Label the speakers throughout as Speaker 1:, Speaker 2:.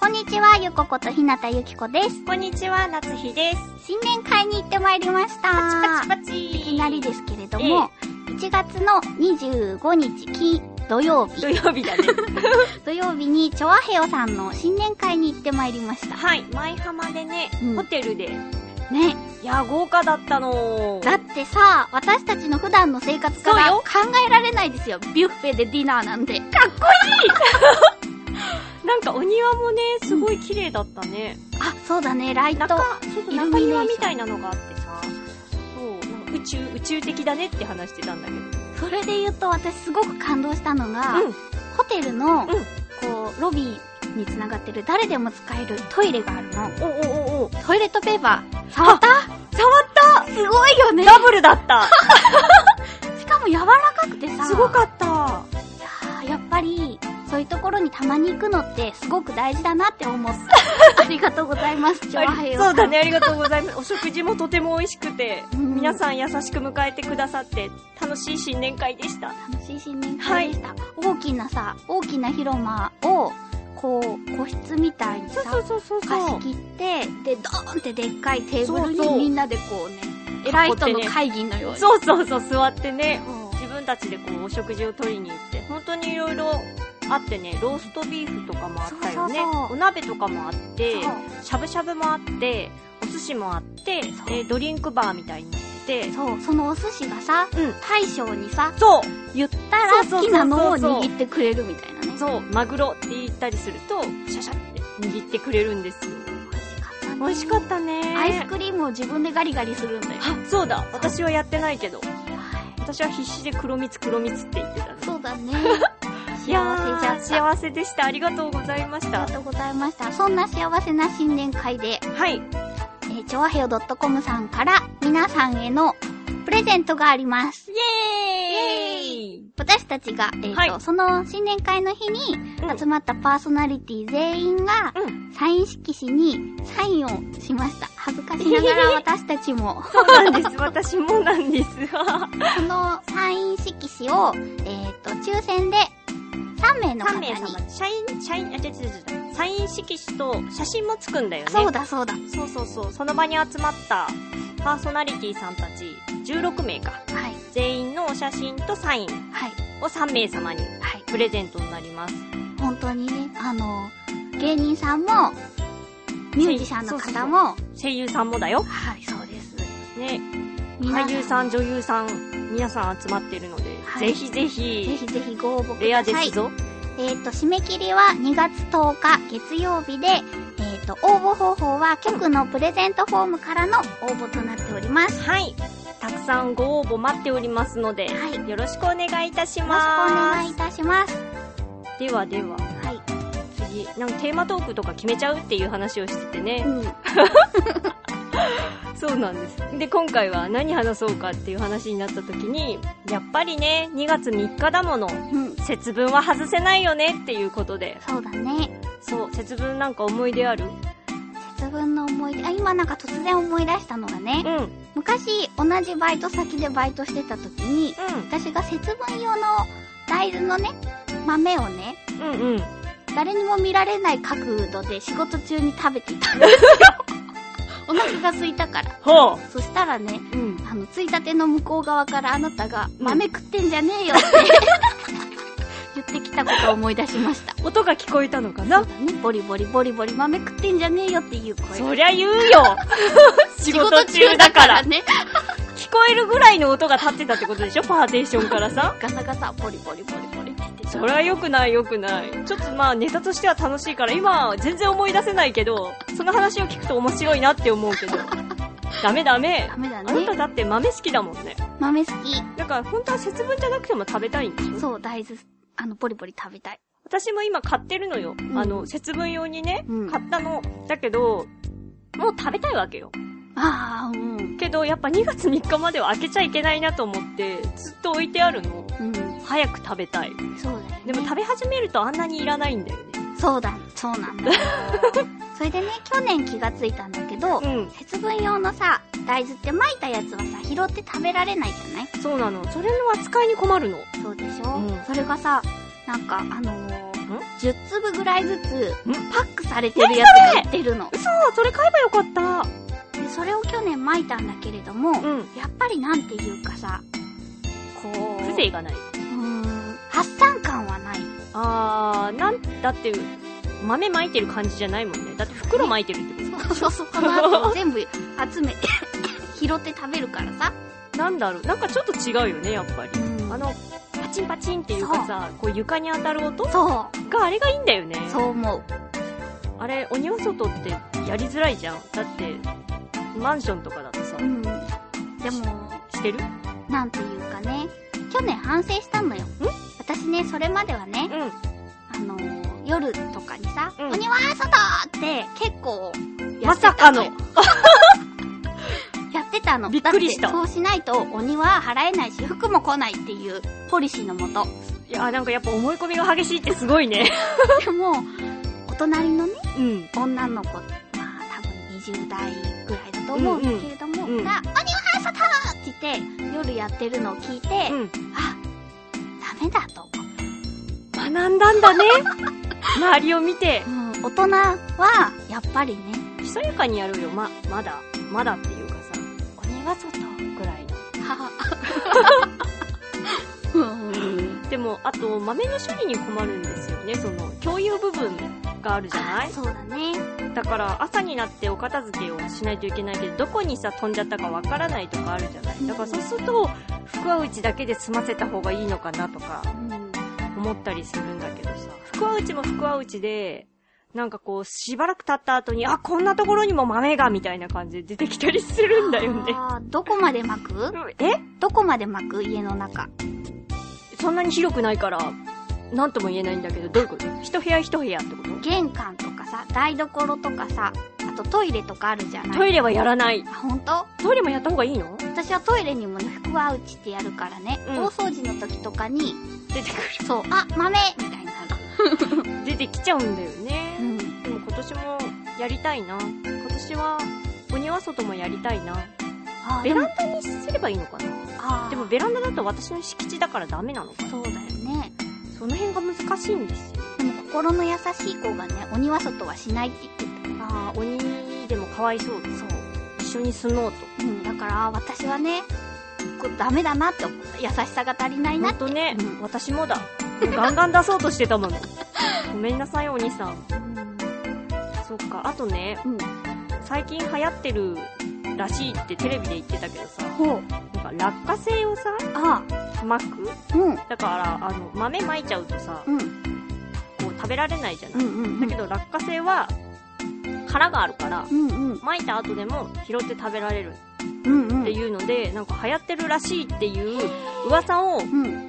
Speaker 1: こんにちはゆこことひなたゆきこです
Speaker 2: こんにちは、夏日です。
Speaker 1: 新年会に行ってまいりました
Speaker 2: パチパチパチ。
Speaker 1: いきなりですけれども、1月の25日金土曜日
Speaker 2: 土曜 日だね。
Speaker 1: 土曜日にチョアヘヨさんの新年会に行ってまいりました
Speaker 2: はい、舞浜でね、
Speaker 1: うん
Speaker 2: ホテルで。
Speaker 1: ね
Speaker 2: いや、豪華だったの。
Speaker 1: だってさ私たちの普段の生活から
Speaker 2: そう
Speaker 1: 考
Speaker 2: よ
Speaker 1: えられないですよビュッフェでディナーなんて
Speaker 2: なんかお庭もね、すごい綺麗だったね。
Speaker 1: あそうだねライト
Speaker 2: 中、ちょっと中庭みたいなのがあってさ、そう、なんか宇宙、宇宙的だねって話してたんだけど。
Speaker 1: それで言うと私すごく感動したのが、
Speaker 2: うん。
Speaker 1: ホテルの、
Speaker 2: ん
Speaker 1: こうロビーにつながってる誰でも使えるトイレがあるの
Speaker 2: おおおお
Speaker 1: トイレットペーパー触った
Speaker 2: 触った
Speaker 1: すごいよね
Speaker 2: ダブルだった
Speaker 1: しかも柔らかくてさ
Speaker 2: すごかった
Speaker 1: あーやっぱり、そういうところにたまに行くのってすごく大事だなって思 ったありがとうございます、チョアヘヨ
Speaker 2: そ
Speaker 1: さ。
Speaker 2: うんだね、ありがとうございます。お食事もとても美味しくて、
Speaker 1: うん
Speaker 2: 皆さん優しく迎えてくださって、楽しい新年会でした。
Speaker 1: 楽しい新年会でした、大きなさ、大きな広間を、こう、個室みたいにさ、
Speaker 2: そうそう
Speaker 1: 貸し切って、で、ドーンってでっかいテーブル
Speaker 2: そうそ
Speaker 1: に
Speaker 2: う
Speaker 1: みんなでこうね、偉い人の
Speaker 2: 囲ってね
Speaker 1: 会議のように。
Speaker 2: そうそうそう、座ってね、
Speaker 1: うん
Speaker 2: 自分たちでこう、お食事を取りに行って、本当にいろいろあってね、ローストビーフとかもあったよね
Speaker 1: そうそうそう
Speaker 2: お鍋とかもあって、
Speaker 1: そ
Speaker 2: しゃぶしゃぶもあって、お寿司もあって、
Speaker 1: そう
Speaker 2: で、ドリンクバーみたいになってて、
Speaker 1: うそう、そのお寿司がさ、
Speaker 2: うん。
Speaker 1: 大将にさ、
Speaker 2: そう
Speaker 1: 言ったら
Speaker 2: そうそうそうそう
Speaker 1: 好きなのを握ってくれるみたいなね。
Speaker 2: そう、マグロって言ったりすると、シャシャって握ってくれるんですよ。
Speaker 1: 美味しかったね
Speaker 2: 美味しかったね。
Speaker 1: アイスクリームを自分でガリガリするんだよ。
Speaker 2: あ、そうだ。私はやってないけど。私は必死で黒蜜黒蜜って言ってたね。
Speaker 1: そう だね。幸せ
Speaker 2: い
Speaker 1: じ
Speaker 2: や
Speaker 1: ゃ
Speaker 2: ー、
Speaker 1: った。あ
Speaker 2: 幸せでした。ありがとうございまし
Speaker 1: り
Speaker 2: た
Speaker 1: が。とうございました。そんな幸せな新年会で、
Speaker 2: はい。
Speaker 1: えー、ちょわへよ .com さんから皆さんへのプレゼントがあります。
Speaker 2: イエーイ
Speaker 1: 私たちが、えっ、と、
Speaker 2: はい
Speaker 1: その新年会の日に
Speaker 2: うん
Speaker 1: 集まったパーソナリティ全員が、
Speaker 2: う
Speaker 1: サイン色紙にサインをしました。恥ずかしながら私たち も。
Speaker 2: そうなんです。私もなんです。
Speaker 1: そのサイン色紙を、えっ、と、抽選で3名の方
Speaker 2: 3
Speaker 1: に
Speaker 2: 名。様。社員、社員、あ、違う違う違う。サイン色紙と写真もつくんだよね。
Speaker 1: そうだそうだ。
Speaker 2: そうそうそう。その場に集まったパーソナリティさんたち16名か。
Speaker 1: はい。
Speaker 2: 全員のお写真とサイン
Speaker 1: はい。
Speaker 2: を3名様に
Speaker 1: はい。
Speaker 2: プレゼントになります。
Speaker 1: 本当にね、あの、芸人さんも、ミュージシャンの方も、
Speaker 2: 声優さんもだよ。
Speaker 1: はい、そうです。
Speaker 2: ね。
Speaker 1: 皆
Speaker 2: 俳優さん、
Speaker 1: ぜ
Speaker 2: 女優さん、皆さん集まってるので、
Speaker 1: はい
Speaker 2: ぜひぜひ、
Speaker 1: ひぜひご応募ください。
Speaker 2: レアですぞ。
Speaker 1: えっ、と、締め切りは2月10日月曜日で、えっ、と、応募方法は局のプレゼントフォームからの応募となっております。
Speaker 2: はい。たくさんご応募待っておりますので、
Speaker 1: はい。よろしく
Speaker 2: よろしくお願いいたし
Speaker 1: お願い
Speaker 2: ま
Speaker 1: いたします。
Speaker 2: す。ではで
Speaker 1: は
Speaker 2: は、
Speaker 1: い。
Speaker 2: 次、なんかテーマトークとか決めちゃうっていう話をしててね。
Speaker 1: うん。
Speaker 2: そうなんです。で、今回は何話そうかっていう話になった時に、やっぱりね、2月3日だもの、
Speaker 1: うん。
Speaker 2: 節分は外せないよねっていうことで、
Speaker 1: そうだね。
Speaker 2: そう、節分なんか思い出ある
Speaker 1: 節分の思い出、あ、今なんか突然思い出したのがね
Speaker 2: う、ん、うん、
Speaker 1: 昔同じバイト先でバイトしてた時に、私が節分用の大豆のね、豆をね、
Speaker 2: うん、うん。
Speaker 1: 誰にも見られない角度で仕事中に食べていたん ですよ。お腹が空いたから。
Speaker 2: ほ
Speaker 1: そしたらね、
Speaker 2: う。うん。
Speaker 1: あの、ついたての向こう側からあなたが、
Speaker 2: うん
Speaker 1: 豆食ってんじゃねえよって 言ってきたことを思い出しました。
Speaker 2: 音が聞こえたのか
Speaker 1: そ
Speaker 2: な
Speaker 1: うだね、ボリボリボリボリ豆食ってんじゃねえよっていう声。
Speaker 2: そりゃ言うよ 仕事中だから
Speaker 1: 仕事中ね。
Speaker 2: 聞こえるぐらいの音が立ってたってことでしょパーテーションからさ
Speaker 1: ガサガサ、ボリボリボリボリって言ってた
Speaker 2: そりゃ良くない良くないちょっとまあネタとしては楽しいから今全然思い出せないけどその話を聞くと面白いなって思うけどダメダメ
Speaker 1: ダメだ
Speaker 2: あなた
Speaker 1: ね。
Speaker 2: だって豆好きだもんね
Speaker 1: 豆好き。
Speaker 2: だだから本当は節分じゃなくても食べたいんでしょ
Speaker 1: そう、大豆、あの、ボリボリ食べたい。
Speaker 2: 私も今買ってるのよ。
Speaker 1: うん
Speaker 2: あの、節分用にね、
Speaker 1: うん
Speaker 2: 買ったの。だけど、もう食べたいわけよ。
Speaker 1: ああ、うん。
Speaker 2: けど、やっぱ2月3日までは開けちゃいけないなと思って、ずっと置いてあるの。
Speaker 1: うん。
Speaker 2: 早く食べたい。
Speaker 1: そうだよ、ね。
Speaker 2: でも食べ始めるとあんなにいらないんだよね。
Speaker 1: そうだ、そうなん だ。それでね、去年気がついたんだけど、
Speaker 2: う
Speaker 1: 節分用のさ、大豆って撒いたやつはさ、拾って食べられないじゃない
Speaker 2: ん。そうなの。それの扱いに困るの。
Speaker 1: そうでしょ、
Speaker 2: うん
Speaker 1: それがさ、なんか、あのー、10粒ぐらいずつ
Speaker 2: ん、
Speaker 1: パックされてるやつ売ってるの。
Speaker 2: 嘘それ買えばよかった。
Speaker 1: で、それを去年撒いたんだけれども、
Speaker 2: うん。
Speaker 1: やっぱりなんていうかさ、こう、
Speaker 2: 風情がない。
Speaker 1: うーん、発散感はない。
Speaker 2: あー、なん、だって、豆巻いてる感じじゃないもんね。だって袋巻いてるってこ
Speaker 1: そうそう、この後全部集め て、拾って食べるからさ。
Speaker 2: と。なんだろう。なんかちょっと違うよね、やっぱり。あの、パチンパチンっていうかさ、こう床に当たる音
Speaker 1: そ
Speaker 2: があれがいいんだよね。
Speaker 1: う、そう思う。
Speaker 2: あれ、鬼は外ってやりづらいじゃん。だって、マンションとかだとさ
Speaker 1: う、ん。でも、
Speaker 2: してる
Speaker 1: なんていうかね、去年反省したのよ。私ね、それまではね、
Speaker 2: うん。
Speaker 1: あのー、夜とかにさ、
Speaker 2: うん
Speaker 1: 鬼は外って結構や
Speaker 2: ま
Speaker 1: ってたのよ、
Speaker 2: さかの。
Speaker 1: やってたの。
Speaker 2: びっくりした
Speaker 1: だってそうしないと鬼は払えないし、服も来ないっていうポリシーのも と。
Speaker 2: いや、なんかやっぱ思い込みが激しいってすごいね。
Speaker 1: でも、お隣のね、
Speaker 2: うん。
Speaker 1: 女の子、まあ多分20代ぐらいだと思うんだけれども、
Speaker 2: うんうんうん
Speaker 1: が、鬼は外って言って、夜やってるのを聞いて、
Speaker 2: うん。
Speaker 1: あ、ダメだと思う。
Speaker 2: 学んだんだね。周りを見て。
Speaker 1: うん、大人は、やっぱりね、
Speaker 2: ひそやかにやるよ。ま、まだ、まだっていうかさ、
Speaker 1: 鬼は外。
Speaker 2: ぐらいの。
Speaker 1: はうん。
Speaker 2: でも、あと、豆の処理に困るんですよね。その、共有部分があるじゃない
Speaker 1: そうだね。
Speaker 2: だから朝になってお片付けをしないといけないけどどこにさ飛んじゃったかわからないとかあるじゃないだからそうすると福は内だけで済ませた方がいいのかなとか
Speaker 1: うん。
Speaker 2: 思ったりするんだけどさ福は内も福は内でなんかこうしばらく経った後にあこんなところにも豆がみたいな感じで出てきたりするんだよね
Speaker 1: あーどこまで巻く
Speaker 2: え
Speaker 1: どこまで巻く家の中。
Speaker 2: そんなに広くないからなんとも言えないんだけどどういうこと一部屋一部屋ってこと
Speaker 1: 玄関とかさ、台所とかさ、あとトイレとかあるじゃない
Speaker 2: トイレはやらない
Speaker 1: あ、ほんと
Speaker 2: トイレもやった方がいいの
Speaker 1: 私はトイレにもね、福は打ちってやるからね、
Speaker 2: うん
Speaker 1: 大掃除の時とかに、
Speaker 2: 出てく
Speaker 1: そう、あ、豆みたいになる。
Speaker 2: る出てきちゃうんだよね
Speaker 1: うん。
Speaker 2: でも今年もやりたいな。今年は、鬼は外もやりたいな。
Speaker 1: あー
Speaker 2: ベラン、ダにすればいいのかな
Speaker 1: あー
Speaker 2: でも、ベランダだと私の敷地だからダメなのかな
Speaker 1: そうだよね。
Speaker 2: その辺が難しいんですよ。
Speaker 1: でも心の優しい子がね、鬼は外はしないって言って
Speaker 2: ああ、鬼でもかわいそう。そう。一緒に住もうと。
Speaker 1: た。うん、だから私はね、こうダメだなって思う優しさが足りない
Speaker 2: ほ
Speaker 1: なんって。
Speaker 2: とね、
Speaker 1: うん
Speaker 2: 私もだ。もうガンガン出そうとしてたもの。ごめんなさい、鬼さん。そっか。あとね、
Speaker 1: うん。
Speaker 2: 最近流行ってるらしいってテレビで言ってたけどさ、
Speaker 1: ほう。
Speaker 2: なんか落花生をさ、
Speaker 1: あ
Speaker 2: 巻く
Speaker 1: あ、うん、
Speaker 2: だから、あの、豆巻いちゃうとさ、
Speaker 1: うん、
Speaker 2: こう食べられないじゃない、
Speaker 1: うん、うん。
Speaker 2: だけど落花生は殻があるから
Speaker 1: うんうん。
Speaker 2: 撒いた後でも拾って食べられる
Speaker 1: うんう
Speaker 2: っていうので、なんか流行ってるらしいっていう噂を
Speaker 1: うん。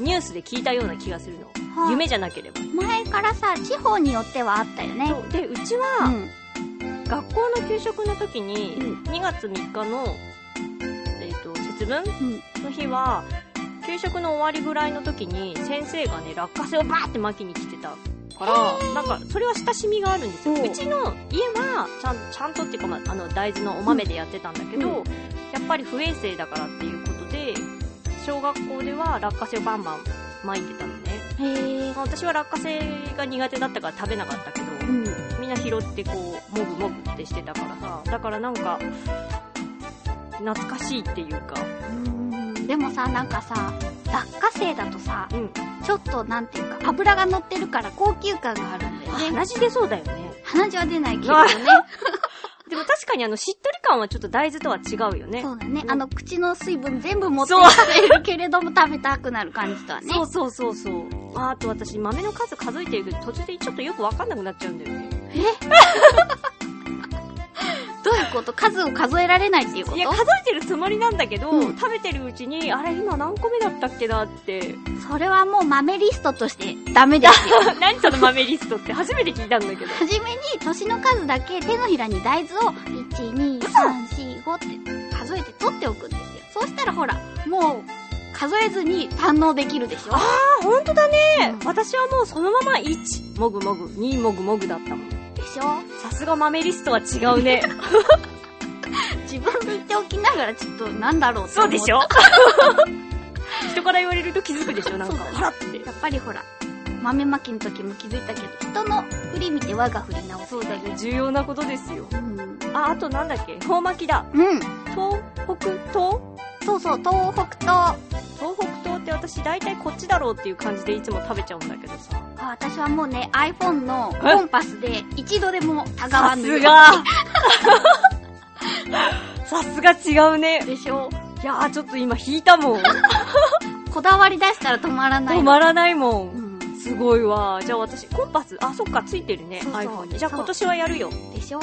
Speaker 2: ニュースで聞いたような気がするの、
Speaker 1: はあ
Speaker 2: 夢じゃなければ、
Speaker 1: 前からさ、地方によってはあったよね。
Speaker 2: そうでうち
Speaker 1: う
Speaker 2: は
Speaker 1: ん。
Speaker 2: 学校の給食の時に
Speaker 1: う
Speaker 2: 2月3日の、えー、と節分
Speaker 1: うん。
Speaker 2: の日は給食の終わりぐらいの時に先生がね落花生をバーって巻きに来てたからなんかそれは親しみがあるんですよ
Speaker 1: おう
Speaker 2: うちの家はちゃんちゃんとっていうか、まあ、あの大豆のお豆でやってたんだけど、
Speaker 1: うん
Speaker 2: やっぱり不衛生だからっていうことで小学校では落花生をバンバン巻いてたのね、
Speaker 1: へえ。
Speaker 2: まあ、私は落花生が苦手だったから食べなかったけど
Speaker 1: うん。
Speaker 2: みんな拾ってこうもぐもぐってしてたからさだからなんか懐かしいっていうか
Speaker 1: うんでもさ、なんかさ、落花生だとさ、
Speaker 2: うん
Speaker 1: ちょっとなんていうか、油が乗ってるから高級感があるんだよね。
Speaker 2: 鼻血出そうだよね
Speaker 1: 鼻血は出ないけど
Speaker 2: あ
Speaker 1: ね。
Speaker 2: でも確かにあの、しっとり感はちょっと大豆とは違うよね。
Speaker 1: そううだね
Speaker 2: う。ん
Speaker 1: あの、口の水分全部持って
Speaker 2: そう
Speaker 1: 食べるけれども食べたくなる感じとはね。
Speaker 2: そうそうそうそう。ああと私、豆の数数えてるけど、途中でちょっとよくわかんなくなっちゃうんだよね。
Speaker 1: どういうこと数を数えられないっていうこと
Speaker 2: いや、数えてるつもりなんだけど、
Speaker 1: うん
Speaker 2: 食べてるうちに、あれ、今何個目だったっけなって。
Speaker 1: それはもう豆リストとしてダメですよ
Speaker 2: 何その豆リストって初めて聞いたんだけど。
Speaker 1: 初めに年の数だけ手のひらに大豆を12345って数えて取っておくんですよそうしたらほらもう数えずに堪能できるでしょ
Speaker 2: あ、ほんとだね
Speaker 1: うん
Speaker 2: 私はもうそのまま1、もぐもぐ、2もぐもぐだったもん。
Speaker 1: でしょ
Speaker 2: さすが豆リストは違うね。
Speaker 1: 自分で言っておきながらちょっとなんだろうと
Speaker 2: そ
Speaker 1: 思っ
Speaker 2: うで
Speaker 1: た
Speaker 2: しょ 人から言われると気づくでしょなんか、
Speaker 1: そう
Speaker 2: ほらって。
Speaker 1: やっぱりほら豆まきの時も気づいたけど人の振り見て我が振り直す
Speaker 2: そうだね、重要なことですよ。
Speaker 1: うん、
Speaker 2: あ、あとなんだっけ遠巻きだ。
Speaker 1: うん、
Speaker 2: 東北東
Speaker 1: そうそう東北と
Speaker 2: 東北東って私大体こっちだろうっていう感じでいつも食べちゃうんだけどさ。
Speaker 1: あ私はもうね iPhone の
Speaker 2: え
Speaker 1: コンパスで一度でもたがわ
Speaker 2: さ
Speaker 1: ぬ
Speaker 2: すがさすが違うね。
Speaker 1: でしょ
Speaker 2: いやーちょっと今引いたもん。
Speaker 1: こだわり出したら止まらない
Speaker 2: 止まらないも。
Speaker 1: うんん、
Speaker 2: すごいわ。じゃあ私、コンパス、あ、そっか、ついてるね、
Speaker 1: そうそう
Speaker 2: iPhone に。じゃあ
Speaker 1: そう
Speaker 2: 今年はやるよ。
Speaker 1: でしょ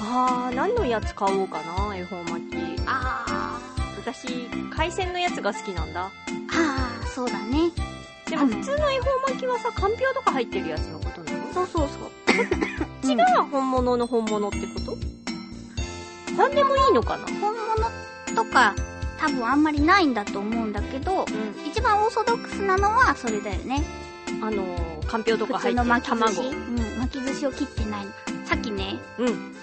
Speaker 2: あー、何のやつ買おうかな、iPhone 巻き。
Speaker 1: あ
Speaker 2: 私、海鮮のやつが好きなんだ。
Speaker 1: ーあーそうだね
Speaker 2: でも普通の iPhone 巻きはさ、かんぴょうとか入ってるやつのことなの
Speaker 1: そうそうそう
Speaker 2: 違うが本物の本物ってこと何でもいいのかな
Speaker 1: 本物とか多分あんまりないんだと思うんだけど
Speaker 2: う
Speaker 1: 一番オーソドックスなのはそれだよね
Speaker 2: ん。あのー、かんぴょうとか
Speaker 1: 普
Speaker 2: 入
Speaker 1: 通の
Speaker 2: ってる
Speaker 1: 巻き寿司、
Speaker 2: 卵。
Speaker 1: うん、巻き寿司を切ってないのさっきね
Speaker 2: うん、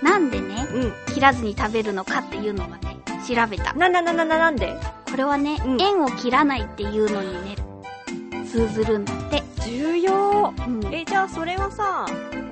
Speaker 1: なんでね
Speaker 2: う
Speaker 1: 切らずに食べるのかっていうのがね調べた
Speaker 2: ん。な、な、な、な、な、なんで
Speaker 1: これはね、
Speaker 2: うん
Speaker 1: 縁を切らないっていうのにね通ずるんだって、
Speaker 2: 重要。
Speaker 1: うん
Speaker 2: え、じゃあそれはさ、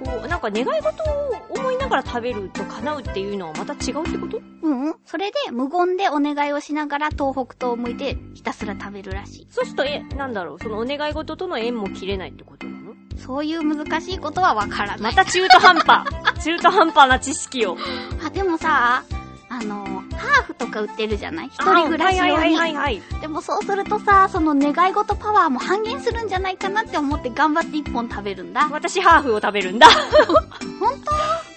Speaker 2: こう、なんか願い事を思いながら食べると叶うっていうのはまた違うってこと
Speaker 1: うんうんそれで無言でお願いをしながら東北東を向いてひたすら食べるらしい
Speaker 2: そうすると、え、なんだろう、そのお願い事との縁も切れないってことなの
Speaker 1: そういう難しいことはわからな
Speaker 2: ま
Speaker 1: い、
Speaker 2: た中途半端 中途半端な知識を。
Speaker 1: あでもさあのハーフとか売ってるじゃない一人暮らし用に、
Speaker 2: あはいはいはいはいはい。
Speaker 1: でもそうするとさその願い事パワーも半減するんじゃないかなって思って頑張って一本食べるんだ
Speaker 2: 私、ハーフを食べるんだ。 本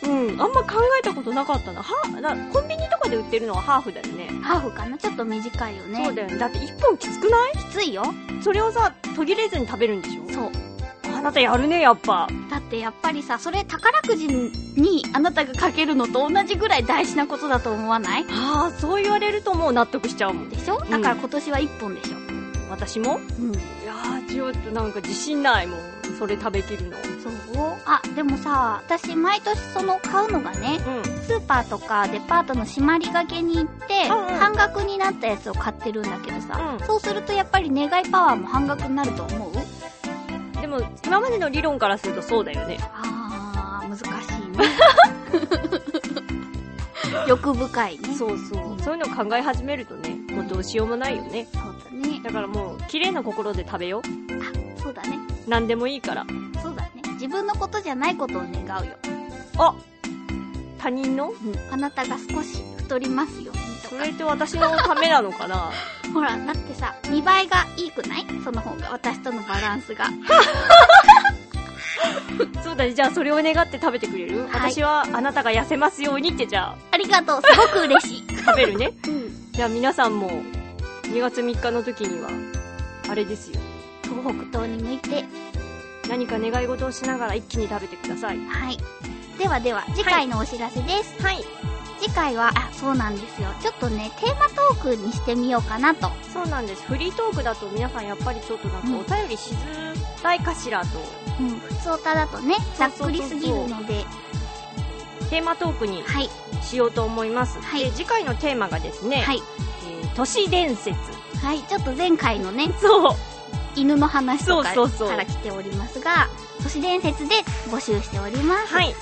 Speaker 2: 当うん。あんま考えたことなかったな。ハーなコンビニとかで売ってるのはハーフだよね。
Speaker 1: ハーフかなちょっと短いよね
Speaker 2: そうだよね。だって一本きつくない
Speaker 1: きついよ
Speaker 2: それをさ、途切れずに食べるんでしょ
Speaker 1: そう
Speaker 2: あなたやるね、やっぱ。
Speaker 1: だってやっぱりさそれ宝くじにあなたがかけるのと同じぐらい大事なことだと思わない
Speaker 2: ああ、そう言われるともう納得しちゃうもん。
Speaker 1: でしょだから今年は1本でしょ
Speaker 2: 私も
Speaker 1: うん
Speaker 2: いやー、ちょっとなんか自信ないもん。それ食べきるの。
Speaker 1: そうあでもさ私毎年その買うのがね
Speaker 2: うん。
Speaker 1: スーパーとかデパートの締まりがけに行って、
Speaker 2: うんうん
Speaker 1: 半額になったやつを買ってるんだけどさ、
Speaker 2: うん
Speaker 1: そうするとやっぱり願いパワーも半額になると思う
Speaker 2: でも、今までの理論からするとそうだよね。
Speaker 1: あー難しい ね欲深いねそう
Speaker 2: そうそうそういうの考え始めるとね、もうどうしようもないよね。
Speaker 1: だね
Speaker 2: だからもう、綺麗な心で食べよ
Speaker 1: あそうだね
Speaker 2: う。何でもいいから。
Speaker 1: そうだね自分のことじゃないことを願うよ、
Speaker 2: あ他人の
Speaker 1: うん、あなたが少し太りますようにと
Speaker 2: そ
Speaker 1: か
Speaker 2: れって私のためなのかな
Speaker 1: ほらだってさ見栄えがいいくないその方が私とのバランスが
Speaker 2: そうだね、じゃあそれを願って食べてくれる、
Speaker 1: はい
Speaker 2: 私はあなたが痩せますようにってじゃあ、
Speaker 1: ありがとうすごく嬉しい、
Speaker 2: 食べるね。
Speaker 1: うん、
Speaker 2: じゃあ皆さんも、2月3日の時には、あれですよ。
Speaker 1: 東北東に向いて
Speaker 2: 何か願い事をしながら一気に食べてください。
Speaker 1: はいではでは次回のお知らせです、
Speaker 2: はい。
Speaker 1: 次回はあそうなんですよちょっとねテーマトークにしてみようかなと
Speaker 2: そうなんです。フリートークだと皆さんやっぱりちょっとなんかお便りしづらいかしらと、
Speaker 1: うん普通歌だとねざっくりすぎるので
Speaker 2: テーマトークに
Speaker 1: はい
Speaker 2: しようと思います。
Speaker 1: はい
Speaker 2: で、次回のテーマがですね、
Speaker 1: はい
Speaker 2: えー都市伝説。
Speaker 1: はいちょっと前回のね
Speaker 2: そう。
Speaker 1: 犬の話とか
Speaker 2: そうそうそう
Speaker 1: から来ておりますが都市伝説で募集しております、
Speaker 2: はい。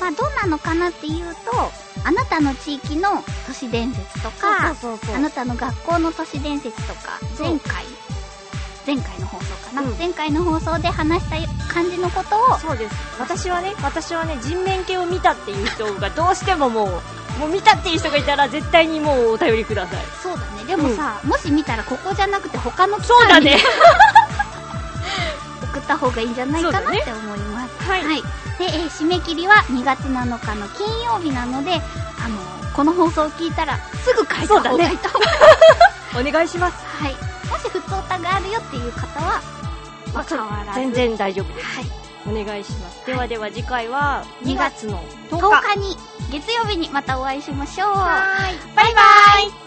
Speaker 1: まあ、どんなのかなっていうとあなたの地域の都市伝説とか
Speaker 2: そうそう
Speaker 1: あなたの学校の都市伝説とか
Speaker 2: そう
Speaker 1: 前回前回の放送かな、
Speaker 2: うん
Speaker 1: 前回の放送で話した感じのことを
Speaker 2: そうです。私はね、私はね、人面犬を見たっていう人がどうしてももう、もう見たっていう人がいたら絶対にもうお便りください。
Speaker 1: そうだねでもさ、もし見たらここじゃなくて他の機
Speaker 2: そうだ
Speaker 1: 会に
Speaker 2: ね。
Speaker 1: 送った方がいいんじゃないかなって思います
Speaker 2: はい。
Speaker 1: はい。で、えー締め切りは2月7日の金曜日なので、あのこの放送を聞いたらすぐ書いた
Speaker 2: そうだ
Speaker 1: 方
Speaker 2: ね
Speaker 1: がいいと思う
Speaker 2: お願いします。
Speaker 1: はいもし普通歌があるよっていう方は
Speaker 2: まあ
Speaker 1: 変わらず
Speaker 2: 全然大丈夫です。
Speaker 1: はい
Speaker 2: お願いします。ではでは次回は2月の10
Speaker 1: 10
Speaker 2: 日。
Speaker 1: 日に月曜日にまたお会いしましょう
Speaker 2: はーい
Speaker 1: バイバイ